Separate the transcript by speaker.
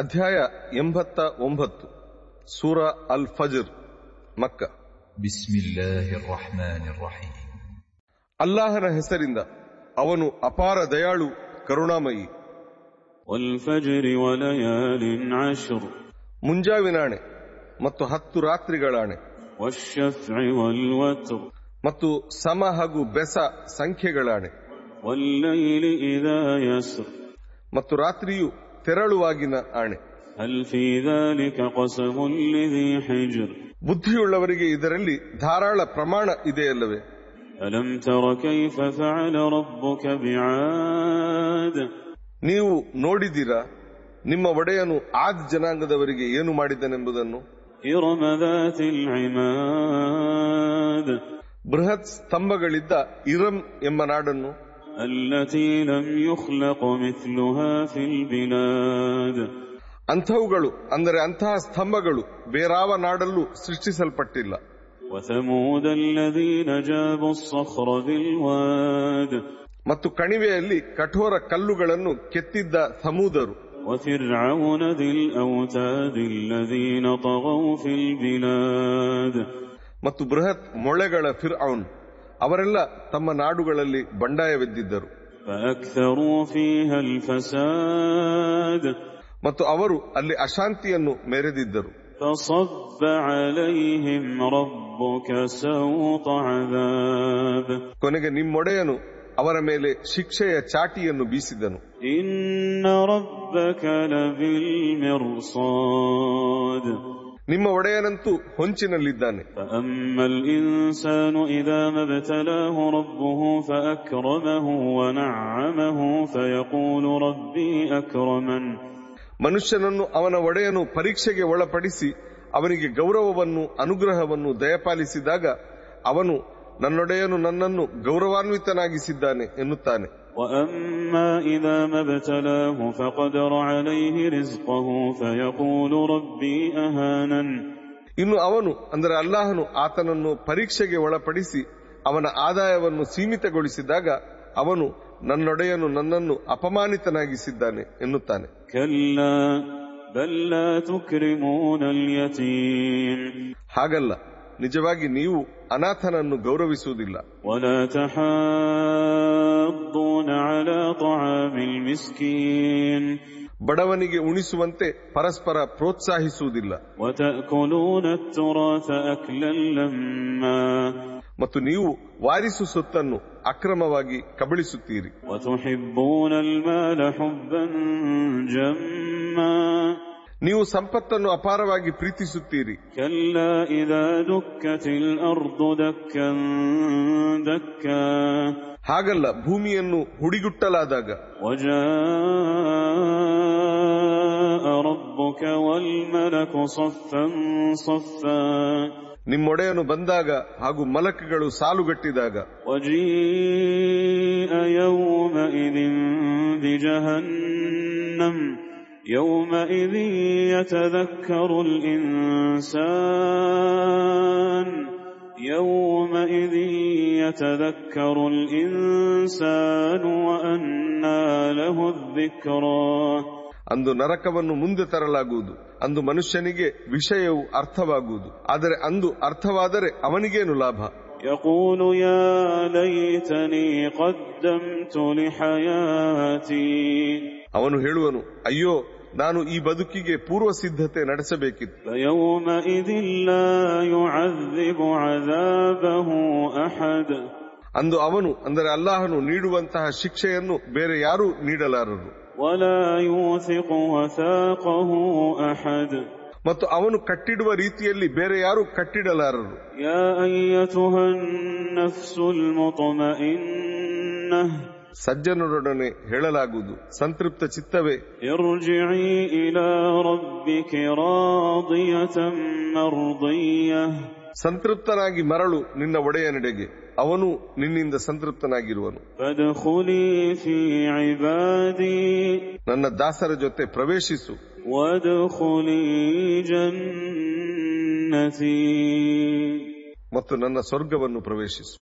Speaker 1: ಅಧ್ಯಾಯ ಎಂಬತ್ತ ಒಂಬತ್ತು ಸೂರ ಅಲ್ ಫಜರ್ ಮಕ್ಕ
Speaker 2: بسم الله الرحمن الرحيم
Speaker 1: ಅಲ್ಲಾಹನ ಹೆಸರಿಂದ ಅವನು ಅಪಾರ ದಯಾಳು ಕರುಣಾಮಯಿ
Speaker 3: والفجر وليال عشر
Speaker 1: ಮುಂಜಾವಿನಾಣೆ ಮತ್ತು ಹತ್ತು ರಾತ್ರಿಗಳಾಣೆ
Speaker 3: والشفع والوتر
Speaker 1: ಮತ್ತು ಸಮ ಹಾಗೂ ಬೆಸ ಸಂಖ್ಯೆಗಳಾಣೆ
Speaker 3: والليل إذا يسر
Speaker 1: ಮತ್ತು ರಾತ್ರಿಯು ತೆರಳುವಾಗಿನ ಆಣೆ
Speaker 3: هل في ذلك قسم لذي حجر
Speaker 1: ಬುದ್ಧಿಯುಳ್ಳವರಿಗೆ ಇದರಲ್ಲಿ ಧಾರಾಳ ಪ್ರಮಾಣ ಇದೆಯಲ್ಲವೇ
Speaker 3: ألم تر كيف فعل ربك بعاد
Speaker 1: ನೀವು ನೋಡಿದಿರಾ ನಿಮ್ಮ ಒಡೆಯನು ಆದ್ ಜನಾಂಗದವರಿಗೆ ಏನು ಮಾಡಿದನೆಂಬುದನ್ನು
Speaker 3: إرم ذات العماد
Speaker 1: ಬೃಹತ್ ಸ್ತಂಭಗಳಿದ್ದ ಇರಂ ಎಂಬ ನಾಡನ್ನು
Speaker 3: التي لم يخلق مثلها في البلاد
Speaker 1: ಅಂಥವುಗಳು ಅಂದರೆ ಅಂತಹ ಸ್ತಂಭಗಳು ಬೇರಾವ ನಾಡಲ್ಲೂ ಸೃಷ್ಟಿಸಲ್ಪಟ್ಟಿಲ್ಲ
Speaker 3: وثمود الذين جابوا الصخر بالواد
Speaker 1: ಮತ್ತು ಕಣಿವೆಯಲ್ಲಿ ಕಠೋರ ಕಲ್ಲುಗಳನ್ನು ಕೆತ್ತಿದ್ದ ಸಮೂದರು
Speaker 3: وفرعون ذي الأوتاد الذين طغوا في البلاد
Speaker 1: ಮತ್ತು ಬೃಹತ್ ಮೊಳೆಗಳ ಫಿರ್ ಅವನ್ ಅವರೆಲ್ಲ ತಮ್ಮ ನಾಡುಗಳಲ್ಲಿ ಬಂಡಾಯವೆದ್ದಿದ್ದರು
Speaker 3: فأكثروا ಫೀಹ الفساد
Speaker 1: ಮತ್ತು ಅವರು ಅಲ್ಲಿ ಅಶಾಂತಿಯನ್ನು ಮೆರೆದಿದ್ದರು
Speaker 3: فصب عليهم ربك سوط عذاب
Speaker 1: ಕೊನೆಗೆ ನಿಮ್ಮೊಡೆಯನು ಅವರ ಮೇಲೆ ಶಿಕ್ಷೆಯ ಚಾಟಿಯನ್ನು ಬೀಸಿದನು
Speaker 3: إن ربك لبالمرصاد
Speaker 1: ನಿಮ್ಮ ಒಡೆಯನಂತೂ ಹೊಂಚಿನಲ್ಲಿದ್ದಾನೆ
Speaker 3: فأما الإنسان إذا ما ابتلاه ربه فأكرمه ونعمه فيقول ربي أكرمن
Speaker 1: ಮನುಷ್ಯನನ್ನು ಅವನ ಒಡೆಯನು ಪರೀಕ್ಷೆಗೆ ಒಳಪಡಿಸಿ ಅವನಿಗೆ ಗೌರವವನ್ನು ಅನುಗ್ರಹವನ್ನು ದಯಪಾಲಿಸಿದಾಗ ಅವನು ನನ್ನೊಡೆಯನು ನನ್ನನ್ನು ಗೌರವಾನ್ವಿತನಾಗಿಸಿದ್ದಾನೆ ಎನ್ನುತ್ತಾನೆ
Speaker 3: وأما إذا ما ابتلاه فقدر عليه رزقه فيقول ربي أهانن
Speaker 1: ಇನ್ನು ಅವನು ಅಂದರೆ ಅಲ್ಲಾಹನು ಆತನನ್ನು ಪರೀಕ್ಷೆಗೆ ಒಳಪಡಿಸಿ ಅವನ ಆದಾಯವನ್ನು ಸೀಮಿತಗೊಳಿಸಿದಾಗ ಅವನು ನನ್ನೊಡೆಯನು ನನ್ನನ್ನು ಅಪಮಾನಿತನಾಗಿಸಿದ್ದಾನೆ ಎನ್ನುತ್ತಾನೆ
Speaker 3: كلا بل لا تكرمون اليتيم
Speaker 1: ಹಾಗಲ್ಲ ನಿಜವಾಗಿ ನೀವು ಅನಾಥನನ್ನು ಗೌರವಿಸುವುದಿಲ್ಲ
Speaker 3: ولا تحاضون على طعام المسكين
Speaker 1: ಬಡವನಿಗೆ ಉಣಿಸುವಂತೆ ಪರಸ್ಪರ ಪ್ರೋತ್ಸಾಹಿಸುವುದಿಲ್ಲ
Speaker 3: وتأكلون التراث أكلا لما
Speaker 1: ಮತ್ತು ನೀವು ವಾರಿಸು ಸೊತ್ತನ್ನು ಅಕ್ರಮವಾಗಿ ಕಬಳಿಸುತ್ತೀರಿ
Speaker 3: وتحبون المال حبا جما
Speaker 1: ನೀವು ಸಂಪತ್ತನ್ನು ಅಪಾರವಾಗಿ ಪ್ರೀತಿಸುತ್ತೀರಿ
Speaker 3: كلا إذا دكت الأرض دكا دكا
Speaker 1: ಹಾಗಲ್ಲ ಭೂಮಿಯನ್ನು ಹುಡಿಗುಟ್ಟಲಾದಾಗ
Speaker 3: وجاء ربك والملك صفا صفا
Speaker 1: ನಿಮ್ಮೊಡೆಯನು ಬಂದಾಗ ಹಾಗೂ ಮಲಕಗಳು ಸಾಲುಗಟ್ಟಿದಾಗ
Speaker 3: وجيء يومئذ بجهنم يومئذ يتذكر الإنسان يومئذ يتذكر الإنسان وأنى له الذكرى
Speaker 1: ಅಂದು ನರಕವನ್ನು ಮುಂದೆ ತರಲಾಗುವುದು ಅಂದು ಮನುಷ್ಯನಿಗೆ ವಿಷಯವು ಅರ್ಥವಾಗುವುದು ಆದರೆ ಅಂದು ಅರ್ಥವಾದರೆ ಅವನಿಗೇನು ಲಾಭ
Speaker 3: يقول يا ليتني قدمت لحياتي
Speaker 1: ಅವನು ಹೇಳುವನು ಅಯ್ಯೋ ನಾನು ಈ ಬದುಕಿಗೆ ಪೂರ್ವ ಸಿದ್ಧತೆ ನಡೆಸಬೇಕಿತ್ತು
Speaker 3: فيومئذ لا يعذب عذابه احد
Speaker 1: ಅಂದು ಅವನು ಅಂದರೆ ಅಲ್ಲಾಹನು ನೀಡುವಂತಹ ಶಿಕ್ಷೆಯನ್ನು ಬೇರೆ ಯಾರೂ ನೀಡಲಾರರು
Speaker 3: ولا يوثق وثاقه احد
Speaker 1: ಮತ್ತು ಅವನು ಕಟ್ಟಿಡುವ ರೀತಿಯಲ್ಲಿ ಬೇರೆ ಯಾರೂ ಕಟ್ಟಿಡಲಾರರು
Speaker 3: يا ايتها النفس المطمئنه
Speaker 1: ಸಜ್ಜನರೊಡನೆ ಹೇಳಲಾಗುವುದು ಸಂತೃಪ್ತ ಚಿತ್ತವೇ
Speaker 3: ارجعي الى ربك راضيه مرضيه
Speaker 1: ಸಂತೃಪ್ತನಾಗಿ ಮರಳು ನಿನ್ನ ಒಡೆಯನೆಡೆಗೆ ಅವನು ನಿನ್ನಿಂದ ಸಂತೃಪ್ತನಾಗಿರುವನು
Speaker 3: فادخلي في عبادي
Speaker 1: ನನ್ನ ದಾಸರ ಜೊತೆ ಪ್ರವೇಶಿಸು
Speaker 3: وادخلي جنتي
Speaker 1: ಮತ್ತು ನನ್ನ ಸ್ವರ್ಗವನ್ನು ಪ್ರವೇಶಿಸು